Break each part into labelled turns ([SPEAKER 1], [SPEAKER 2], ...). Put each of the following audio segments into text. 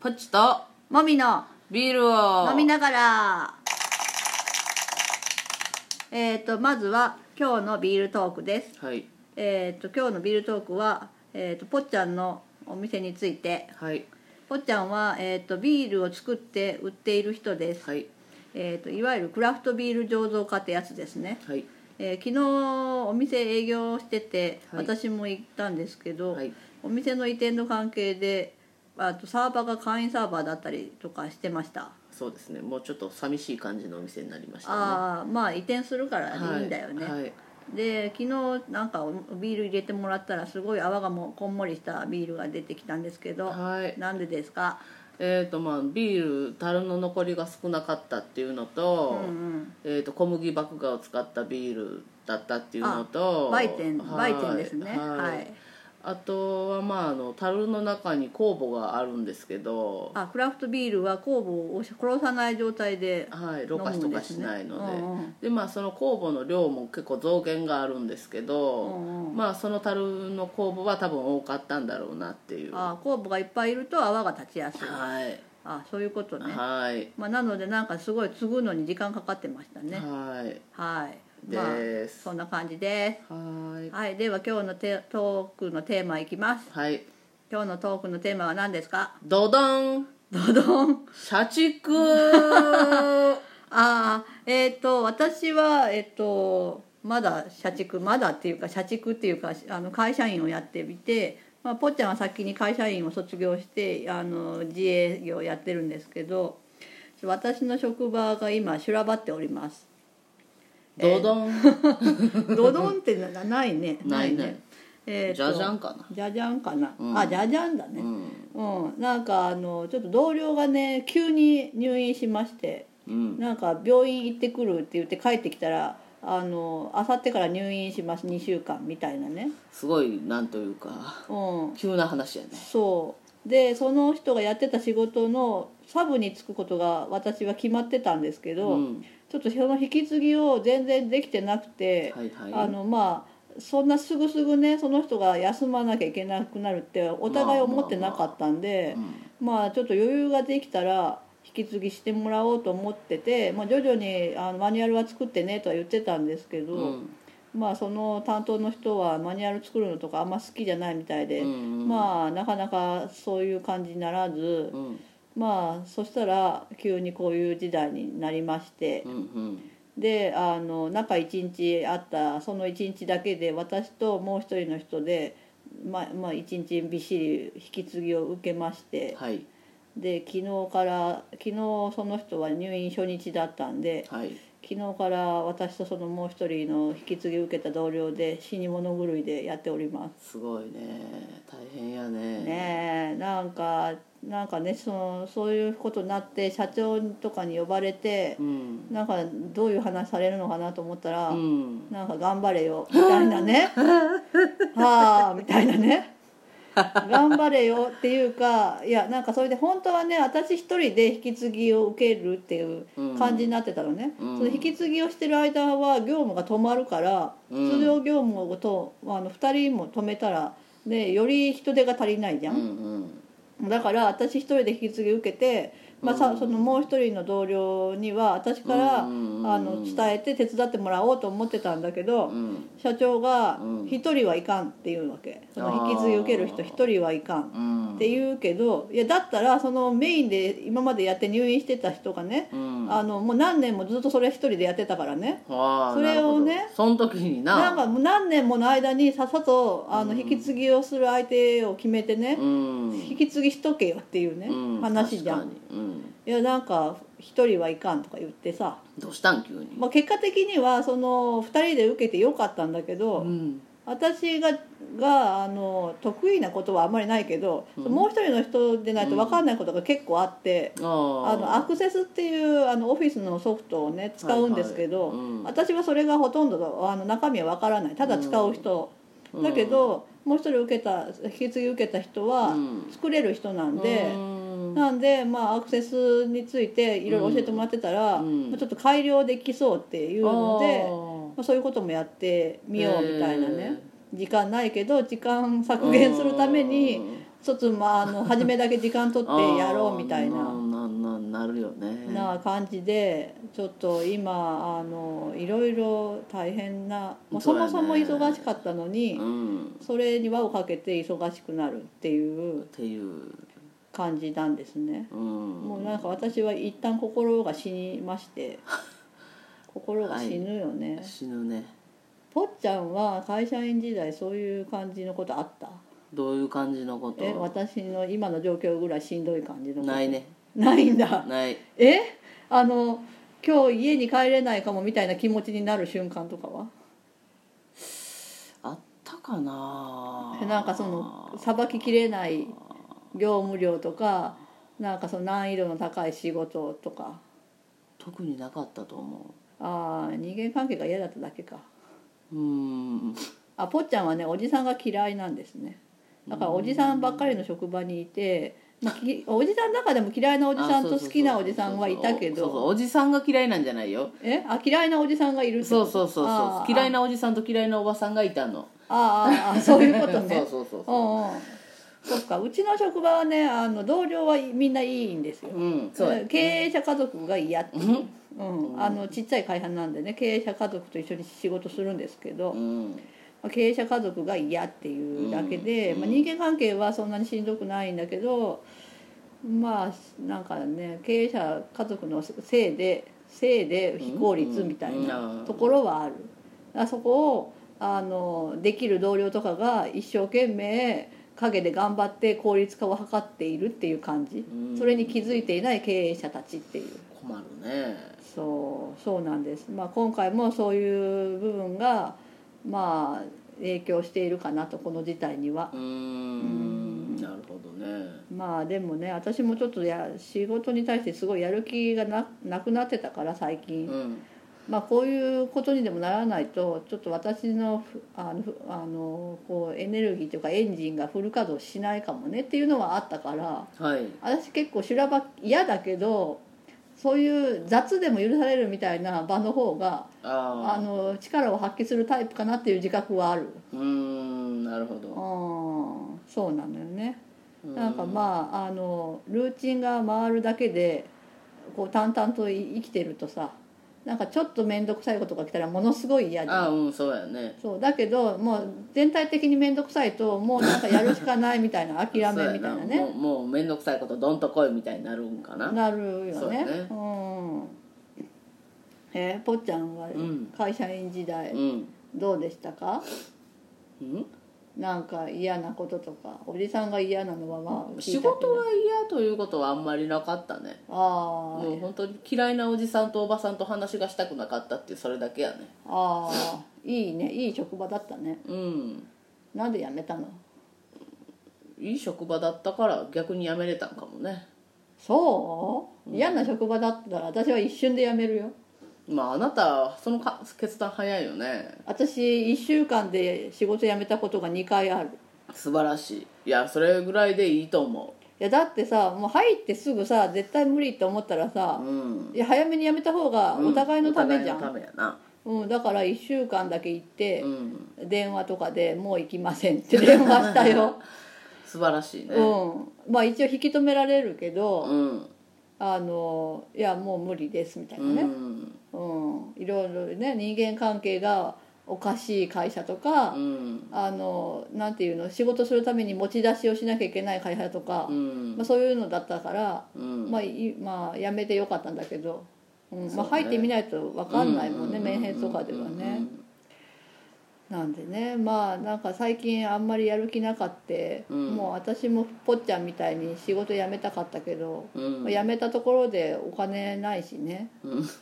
[SPEAKER 1] ポチと
[SPEAKER 2] もみの
[SPEAKER 1] ビールを
[SPEAKER 2] 飲みながらえっ、とまずは今日のビールトークです
[SPEAKER 1] はい
[SPEAKER 2] えっ、と今日のビールトークは、えー、とぽっちゃんのお店について
[SPEAKER 1] はい
[SPEAKER 2] ぽっちゃんは、えー、とビールを作って売っている人です、
[SPEAKER 1] はい
[SPEAKER 2] えー、といわゆるクラフトビール醸造家ってやつですね、
[SPEAKER 1] はい
[SPEAKER 2] えー昨日お店営業してて、
[SPEAKER 1] はい
[SPEAKER 2] 私も行ったんですけど、
[SPEAKER 1] はい
[SPEAKER 2] お店の移転の関係であとサーバーが会員サーバーだったりとかしてました
[SPEAKER 1] そうですねもうちょっと寂しい感じのお店になりましたね
[SPEAKER 2] ああまあ移転するから
[SPEAKER 1] はい
[SPEAKER 2] いいんだよね、
[SPEAKER 1] はい
[SPEAKER 2] で昨日なんかおビール入れてもらったらすごい泡がもうこんもりしたビールが出てきたんですけど、
[SPEAKER 1] はい
[SPEAKER 2] なんでですか
[SPEAKER 1] えーとまあ、ビール樽の残りが少なかったっていうのと,、えー、と小麦麦芽を使ったビールだったっていうのと
[SPEAKER 2] あ売店
[SPEAKER 1] はい
[SPEAKER 2] 売店ですねはい
[SPEAKER 1] あとはまああの樽の中に酵母があるんですけど、
[SPEAKER 2] あクラフトビールは酵母を殺さない状態で
[SPEAKER 1] はい、ろ過しとかしないので
[SPEAKER 2] 飲むんですねうんう
[SPEAKER 1] でまあ、その酵母の量も結構増減があるんですけど、
[SPEAKER 2] うん
[SPEAKER 1] まあ、その樽の酵母は多分多かったんだろうなっていうは
[SPEAKER 2] あ酵母がいっぱいいると泡が立ちやすい
[SPEAKER 1] い
[SPEAKER 2] あそういうことね、
[SPEAKER 1] はい
[SPEAKER 2] まあ、なのでなんかすごい継ぐのに時間かかってましたね
[SPEAKER 1] はい
[SPEAKER 2] はいまあ
[SPEAKER 1] です
[SPEAKER 2] そんな感じで
[SPEAKER 1] はい
[SPEAKER 2] すはいでは今日のテトークのテーマいきます
[SPEAKER 1] はい
[SPEAKER 2] 今日のトークのテーマは何ですか
[SPEAKER 1] ドドン
[SPEAKER 2] ドドン
[SPEAKER 1] 社 畜は
[SPEAKER 2] ああえっ、と私はえっ、とまだ社畜まだっていうか社畜っていうかあの会社員をやってみて、まあ、ぽっちゃんは先に会社員を卒業してあの自営業をやってるんですけど私の職場が今修羅場っております
[SPEAKER 1] ドドン、
[SPEAKER 2] ドドンってなないね
[SPEAKER 1] ないね
[SPEAKER 2] え
[SPEAKER 1] じゃじゃん
[SPEAKER 2] か
[SPEAKER 1] かな
[SPEAKER 2] じゃじゃんかな、あじゃじゃんだね
[SPEAKER 1] うん
[SPEAKER 2] うん、なんかあのちょっと同僚がね急に入院しまして
[SPEAKER 1] うん
[SPEAKER 2] なんか病院行ってくるって言って帰ってきたらあの明後日から入院します2週間みたいなね
[SPEAKER 1] すごいなんというか
[SPEAKER 2] うん
[SPEAKER 1] 急な話やね
[SPEAKER 2] そうでその人がやってた仕事のサブに就くことが私は決まってたんですけど、
[SPEAKER 1] うん
[SPEAKER 2] ちょっとその引き継ぎを全然できてなくて、
[SPEAKER 1] はいはい
[SPEAKER 2] あのまあそんなすぐすぐねその人が休まなきゃいけなくなるってお互い思ってなかったんで、
[SPEAKER 1] うん
[SPEAKER 2] まあちょっと余裕ができたら引き継ぎしてもらおうと思ってて、まあ、徐々にあのマニュアルは作ってねとは言ってたんですけど、
[SPEAKER 1] うん
[SPEAKER 2] まあその担当の人はマニュアル作るのとかあんま好きじゃないみたいで、
[SPEAKER 1] うんうん
[SPEAKER 2] まあなかなかそういう感じにならず、
[SPEAKER 1] うん
[SPEAKER 2] まあそしたら急にこういう時代になりまして
[SPEAKER 1] う、んうん
[SPEAKER 2] であの中1日あったその1日だけで私ともう一人の人で、まあまあ、1日びっしり引き継ぎを受けまして。
[SPEAKER 1] はい
[SPEAKER 2] で昨日から昨日その人は入院初日だったんで
[SPEAKER 1] はい
[SPEAKER 2] 昨日から私とそのもう一人の引き継ぎを受けた同僚で死に物狂いでやっております
[SPEAKER 1] すごいね大変やね
[SPEAKER 2] ねえなんかなんかねそのそういうことになって社長とかに呼ばれて
[SPEAKER 1] うん
[SPEAKER 2] なんかどういう話されるのかなと思ったら、
[SPEAKER 1] うん
[SPEAKER 2] なんか頑張れよみたい なねはあみたいなね頑張れよっていうかいやなんかそれで本当はね私一人で引き継ぎを受けるっていう感じになってたのね、
[SPEAKER 1] うん
[SPEAKER 2] その引き継ぎをしてる間は業務が止まるから、
[SPEAKER 1] うん
[SPEAKER 2] それを業務をとあの2人も止めたらでより人手が足りないじゃ、
[SPEAKER 1] うんん
[SPEAKER 2] だから私一人で引き継ぎ受けて、まあ、さそのもう一人の同僚には私から、
[SPEAKER 1] うんうんうんうん
[SPEAKER 2] あの伝えて手伝ってもらおうと思ってたんだけど、
[SPEAKER 1] うんうん
[SPEAKER 2] 社長が
[SPEAKER 1] うん
[SPEAKER 2] 「一人はいかん」って言うわけ、その引き継ぎ受ける人
[SPEAKER 1] あー
[SPEAKER 2] 一人はいかん
[SPEAKER 1] う
[SPEAKER 2] っ
[SPEAKER 1] ん
[SPEAKER 2] て言うけどいやだったらそのメインで今までやって入院してた人がね、
[SPEAKER 1] うん
[SPEAKER 2] あのもう何年もずっとそれ一人でやってたからね
[SPEAKER 1] ああ
[SPEAKER 2] それを
[SPEAKER 1] な
[SPEAKER 2] ね
[SPEAKER 1] るほどその時にな
[SPEAKER 2] なんかもう何年もの間にさっさとあの引き継ぎをする相手を決めてね、
[SPEAKER 1] うん
[SPEAKER 2] 引き継ぎしとけよっていうね、
[SPEAKER 1] うん
[SPEAKER 2] 話じゃん
[SPEAKER 1] 確かにうん
[SPEAKER 2] いやなんか一人はいかんとか言ってさ、
[SPEAKER 1] どうしたん急に
[SPEAKER 2] まあ、結果的にはその二人で受けてよかったんだけど、
[SPEAKER 1] うん
[SPEAKER 2] 私ががあの得意なことはあんまりないけど、もう一人の人でないと分かんないことが結構あって、
[SPEAKER 1] ああ
[SPEAKER 2] あのアクセスっていうあのオフィスのソフトをね使うんですけど、
[SPEAKER 1] はいはいうん
[SPEAKER 2] 私はそれがほとんどあの中身は分からないただ使う人、
[SPEAKER 1] うん
[SPEAKER 2] だけどもう一人受けた引き継ぎ受けた人は
[SPEAKER 1] うん
[SPEAKER 2] 作れる人なんで。
[SPEAKER 1] うん
[SPEAKER 2] なんで、まあ、アクセスについていろいろ教えてもらってたら、
[SPEAKER 1] うん
[SPEAKER 2] まあちょっと改良できそうっていうので、まあ、そういうこともやってみようみたいなね、時間ないけど時間削減するために一つ、まあ、あの初めだけ時間取ってやろうみたい
[SPEAKER 1] あ
[SPEAKER 2] な
[SPEAKER 1] ーななななるよね
[SPEAKER 2] な感じでちょっと今あのいろいろ大変な、まあ、
[SPEAKER 1] そ
[SPEAKER 2] そ
[SPEAKER 1] うや
[SPEAKER 2] も
[SPEAKER 1] ね
[SPEAKER 2] そも忙しかったのに
[SPEAKER 1] うん
[SPEAKER 2] それに輪をかけて忙しくなるっていう
[SPEAKER 1] っていう
[SPEAKER 2] 感じなんですね。
[SPEAKER 1] うん
[SPEAKER 2] もうなんか私は一旦心が死にまして心が死ぬよね、
[SPEAKER 1] 死ぬね
[SPEAKER 2] ぽっちゃんは会社員時代そういう感じのことあった
[SPEAKER 1] どういう感じのこ
[SPEAKER 2] え
[SPEAKER 1] と
[SPEAKER 2] 私の今の状況ぐらいしんどい感じのこと
[SPEAKER 1] ないね
[SPEAKER 2] ないんだ
[SPEAKER 1] ない
[SPEAKER 2] えあの今日家に帰れないかもみたいな気持ちになる瞬間とかは
[SPEAKER 1] あったかな
[SPEAKER 2] なんかそのさばききれない業務量とかなんかその難易度の高い仕事とか
[SPEAKER 1] 特になかったと思
[SPEAKER 2] ああ人間関係が嫌だっただけか
[SPEAKER 1] ううん
[SPEAKER 2] あぽっちゃんはねおじさんが嫌いなんですねだからおじさんばっかりの職場にいて、まあ、きおじさんの中でも嫌いなおじさん
[SPEAKER 1] あそ
[SPEAKER 2] と
[SPEAKER 1] うそうそうそう
[SPEAKER 2] 好きなおじさんはいたけ
[SPEAKER 1] そうそう
[SPEAKER 2] ど
[SPEAKER 1] おじさんが嫌いなんじゃないよ
[SPEAKER 2] えあ嫌いなおじさんがいるってこ
[SPEAKER 1] そうそ
[SPEAKER 2] と
[SPEAKER 1] うそう
[SPEAKER 2] あ
[SPEAKER 1] そう
[SPEAKER 2] ー
[SPEAKER 1] 嫌いなおじさんと嫌いなおばさんがいたの
[SPEAKER 2] あー あーあーそういうことね
[SPEAKER 1] そうそうそうそ
[SPEAKER 2] うんうんそっかうちの職場はねあの同僚はいみんないいんですよ
[SPEAKER 1] ううんそうや
[SPEAKER 2] 経営者家族が嫌っていう、うん、あのちっちゃい会社なんでね経営者家族と一緒に仕事するんですけど、
[SPEAKER 1] うん
[SPEAKER 2] まあ経営者家族が嫌っていうだけで、まあ、人間関係はそんなにしんどくないんだけどまあなんかね経営者家族のせいでせいで非効率みたい
[SPEAKER 1] うんう
[SPEAKER 2] なんところはある。あそこをあのできる同僚とかが一生懸命陰で頑張って効率化を図っているっていう感じ、
[SPEAKER 1] うん
[SPEAKER 2] それに気づいていない経営者たちっていう
[SPEAKER 1] 困るね
[SPEAKER 2] そうそうなんです、まあ、今回もそういう部分がまあ影響しているかなとこの事態には
[SPEAKER 1] うーんなるほどね
[SPEAKER 2] まあでもね私もちょっとや仕事に対してすごいやる気がななくなってたから最近、
[SPEAKER 1] うん
[SPEAKER 2] まあ、こういうことにでもならないとちょっと私のふあのふあのこうエネルギーというかエンジンがフル稼働しないかもねっていうのはあったから
[SPEAKER 1] はい
[SPEAKER 2] 私結構修羅場嫌だけどそういう雑でも許されるみたいな場の方があ
[SPEAKER 1] ああ
[SPEAKER 2] の力を発揮するタイプかなっていう自覚はある
[SPEAKER 1] うーんなるほ
[SPEAKER 2] う
[SPEAKER 1] ど
[SPEAKER 2] んそうなのよね
[SPEAKER 1] うん
[SPEAKER 2] なんかまああのルーチンが回るだけでこう淡々とい生きてるとさなんかちょっと面倒くさいことが来たらものすごい嫌じゃん
[SPEAKER 1] ああうんそうやね
[SPEAKER 2] そうだけどもう全体的に面倒くさいともうなんかやるしかないみたいな 諦
[SPEAKER 1] そ
[SPEAKER 2] め
[SPEAKER 1] う
[SPEAKER 2] みた
[SPEAKER 1] や
[SPEAKER 2] いな
[SPEAKER 1] も
[SPEAKER 2] ね
[SPEAKER 1] うもう面倒くさいことどんと来いみたいになるんかな
[SPEAKER 2] なる
[SPEAKER 1] そ
[SPEAKER 2] よ
[SPEAKER 1] う
[SPEAKER 2] ね
[SPEAKER 1] やね
[SPEAKER 2] うんえーぽっちゃんは
[SPEAKER 1] ん
[SPEAKER 2] 会社員時代
[SPEAKER 1] うん
[SPEAKER 2] どうでしたか、
[SPEAKER 1] うん
[SPEAKER 2] なんか嫌なこととかおじさんが嫌なのはまあ聞
[SPEAKER 1] 仕
[SPEAKER 2] いたけど
[SPEAKER 1] 事が嫌ということはあんまりなかったね
[SPEAKER 2] あ
[SPEAKER 1] もう本当に嫌いなおじさんとおばさんと話がしたくなかったっていうそれだけやね
[SPEAKER 2] ああーいいねいい職場だったね
[SPEAKER 1] うん
[SPEAKER 2] なんで辞めたの
[SPEAKER 1] いい職場だったから逆に辞めれたんかもね
[SPEAKER 2] そう嫌な職場だったら私は一瞬で辞めるよ
[SPEAKER 1] まああなたそのか決断早いよね
[SPEAKER 2] 私1週間で仕事辞めたことが2回ある
[SPEAKER 1] 素晴らしいいやそれぐらいでいいと思
[SPEAKER 2] いやだってさもう入ってすぐさ絶対無理って思ったら
[SPEAKER 1] う
[SPEAKER 2] さ
[SPEAKER 1] うん
[SPEAKER 2] いや早めに辞めた方がお互いのためじゃ
[SPEAKER 1] お互
[SPEAKER 2] ん、
[SPEAKER 1] いのためやな
[SPEAKER 2] うん、だから1週間だけ行って
[SPEAKER 1] うん
[SPEAKER 2] 電話とかで「もう行きません」って電話したよ
[SPEAKER 1] 素晴らしいね
[SPEAKER 2] うん、まあ一応引き止められるけど、
[SPEAKER 1] うん
[SPEAKER 2] あのいやもう無理ですみたいうなね、
[SPEAKER 1] ん
[SPEAKER 2] うんいろいろね人間関係がおかしい会社とか、
[SPEAKER 1] うん
[SPEAKER 2] あのなんていうの仕事するために持ち出しをしなきゃいけない会社とか、
[SPEAKER 1] うん
[SPEAKER 2] まあ、そういうのだったから、
[SPEAKER 1] うん
[SPEAKER 2] まあ、いまあやめてよかったんだけど、うん
[SPEAKER 1] そう
[SPEAKER 2] まあ、
[SPEAKER 1] ね
[SPEAKER 2] 入ってみないと分かんないもんね、
[SPEAKER 1] う
[SPEAKER 2] 面接とかではね。
[SPEAKER 1] うん
[SPEAKER 2] なんでねまあなんか最近あんまりやる気なかって、
[SPEAKER 1] うん
[SPEAKER 2] もう私もぽっちゃんみたいに仕事辞めたかったけど、
[SPEAKER 1] うん
[SPEAKER 2] 辞めたところでお金ないしね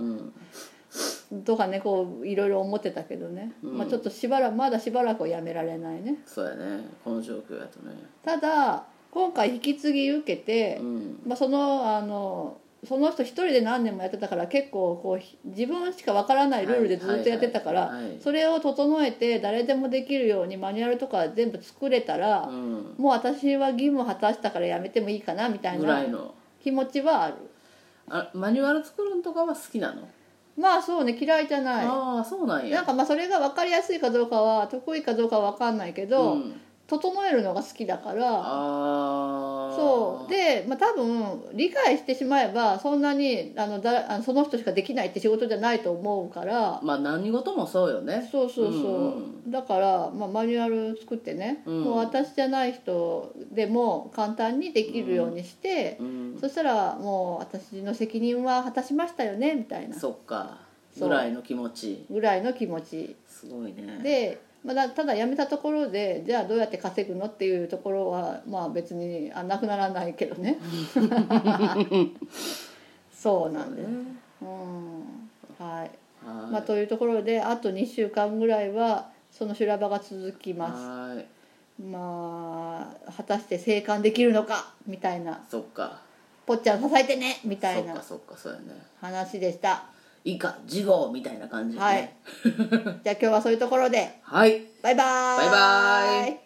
[SPEAKER 1] うん
[SPEAKER 2] とかねこういろいろ思ってたけどね、
[SPEAKER 1] うん
[SPEAKER 2] まあ、ちょっとしばらくまだしばらくは辞められないね
[SPEAKER 1] そうやねこの状況やとね
[SPEAKER 2] ただ今回引き継ぎ受けて
[SPEAKER 1] う、ん
[SPEAKER 2] まあ、そのあのその人一人で何年もやってたから結構こうひ自分しかわからないルールでずっとやってたから、
[SPEAKER 1] はいはいはいはい
[SPEAKER 2] それを整えて誰でもできるようにマニュアルとか全部作れたら、
[SPEAKER 1] うん
[SPEAKER 2] もう私は義務果たしたからやめてもいいかなみたい
[SPEAKER 1] ぐらい
[SPEAKER 2] な
[SPEAKER 1] の
[SPEAKER 2] 気持ちはある
[SPEAKER 1] あマニュアル作るんとかは好きなの、
[SPEAKER 2] まあそうね嫌いじゃない
[SPEAKER 1] ああそうなんや
[SPEAKER 2] なんかまあそれが分かりやすいかどうかは得意かどうかは分かんないけど、
[SPEAKER 1] うん
[SPEAKER 2] 整えるのが好きだから
[SPEAKER 1] ああ
[SPEAKER 2] そうで、まあ、多分理解してしまえばそんなにあのだあのその人しかできないって仕事じゃないと思うから
[SPEAKER 1] まあ何事もそうよね
[SPEAKER 2] そうそうそう、
[SPEAKER 1] うん
[SPEAKER 2] だから、まあ、マニュアル作ってね、
[SPEAKER 1] うん
[SPEAKER 2] もう私じゃない人でも簡単にできるようにして、
[SPEAKER 1] うん
[SPEAKER 2] そしたらもう私の責任は果たしましたよねみたいな
[SPEAKER 1] そっか
[SPEAKER 2] そう
[SPEAKER 1] ぐらいの気持ち
[SPEAKER 2] ぐらいの気持ち
[SPEAKER 1] すごいね
[SPEAKER 2] で、まあだただ辞めたところでじゃあどうやって稼ぐのっていうところはまあ別にあなくならないけど ねそうなんです、
[SPEAKER 1] ね
[SPEAKER 2] うん
[SPEAKER 1] は
[SPEAKER 2] はい
[SPEAKER 1] い
[SPEAKER 2] まあ、というところであと2週間ぐらいはその修羅場が続きます
[SPEAKER 1] はい
[SPEAKER 2] まあ果たして生還できるのかみたいな
[SPEAKER 1] そっか
[SPEAKER 2] 「ぽっちゃん支えてね」みたいな
[SPEAKER 1] そっかそっかそうやね
[SPEAKER 2] 話でした
[SPEAKER 1] 以下事後みたいな感じで
[SPEAKER 2] はい
[SPEAKER 1] ね
[SPEAKER 2] じゃあ今日はそういうところで
[SPEAKER 1] はい
[SPEAKER 2] バイバーイ
[SPEAKER 1] バイバーイ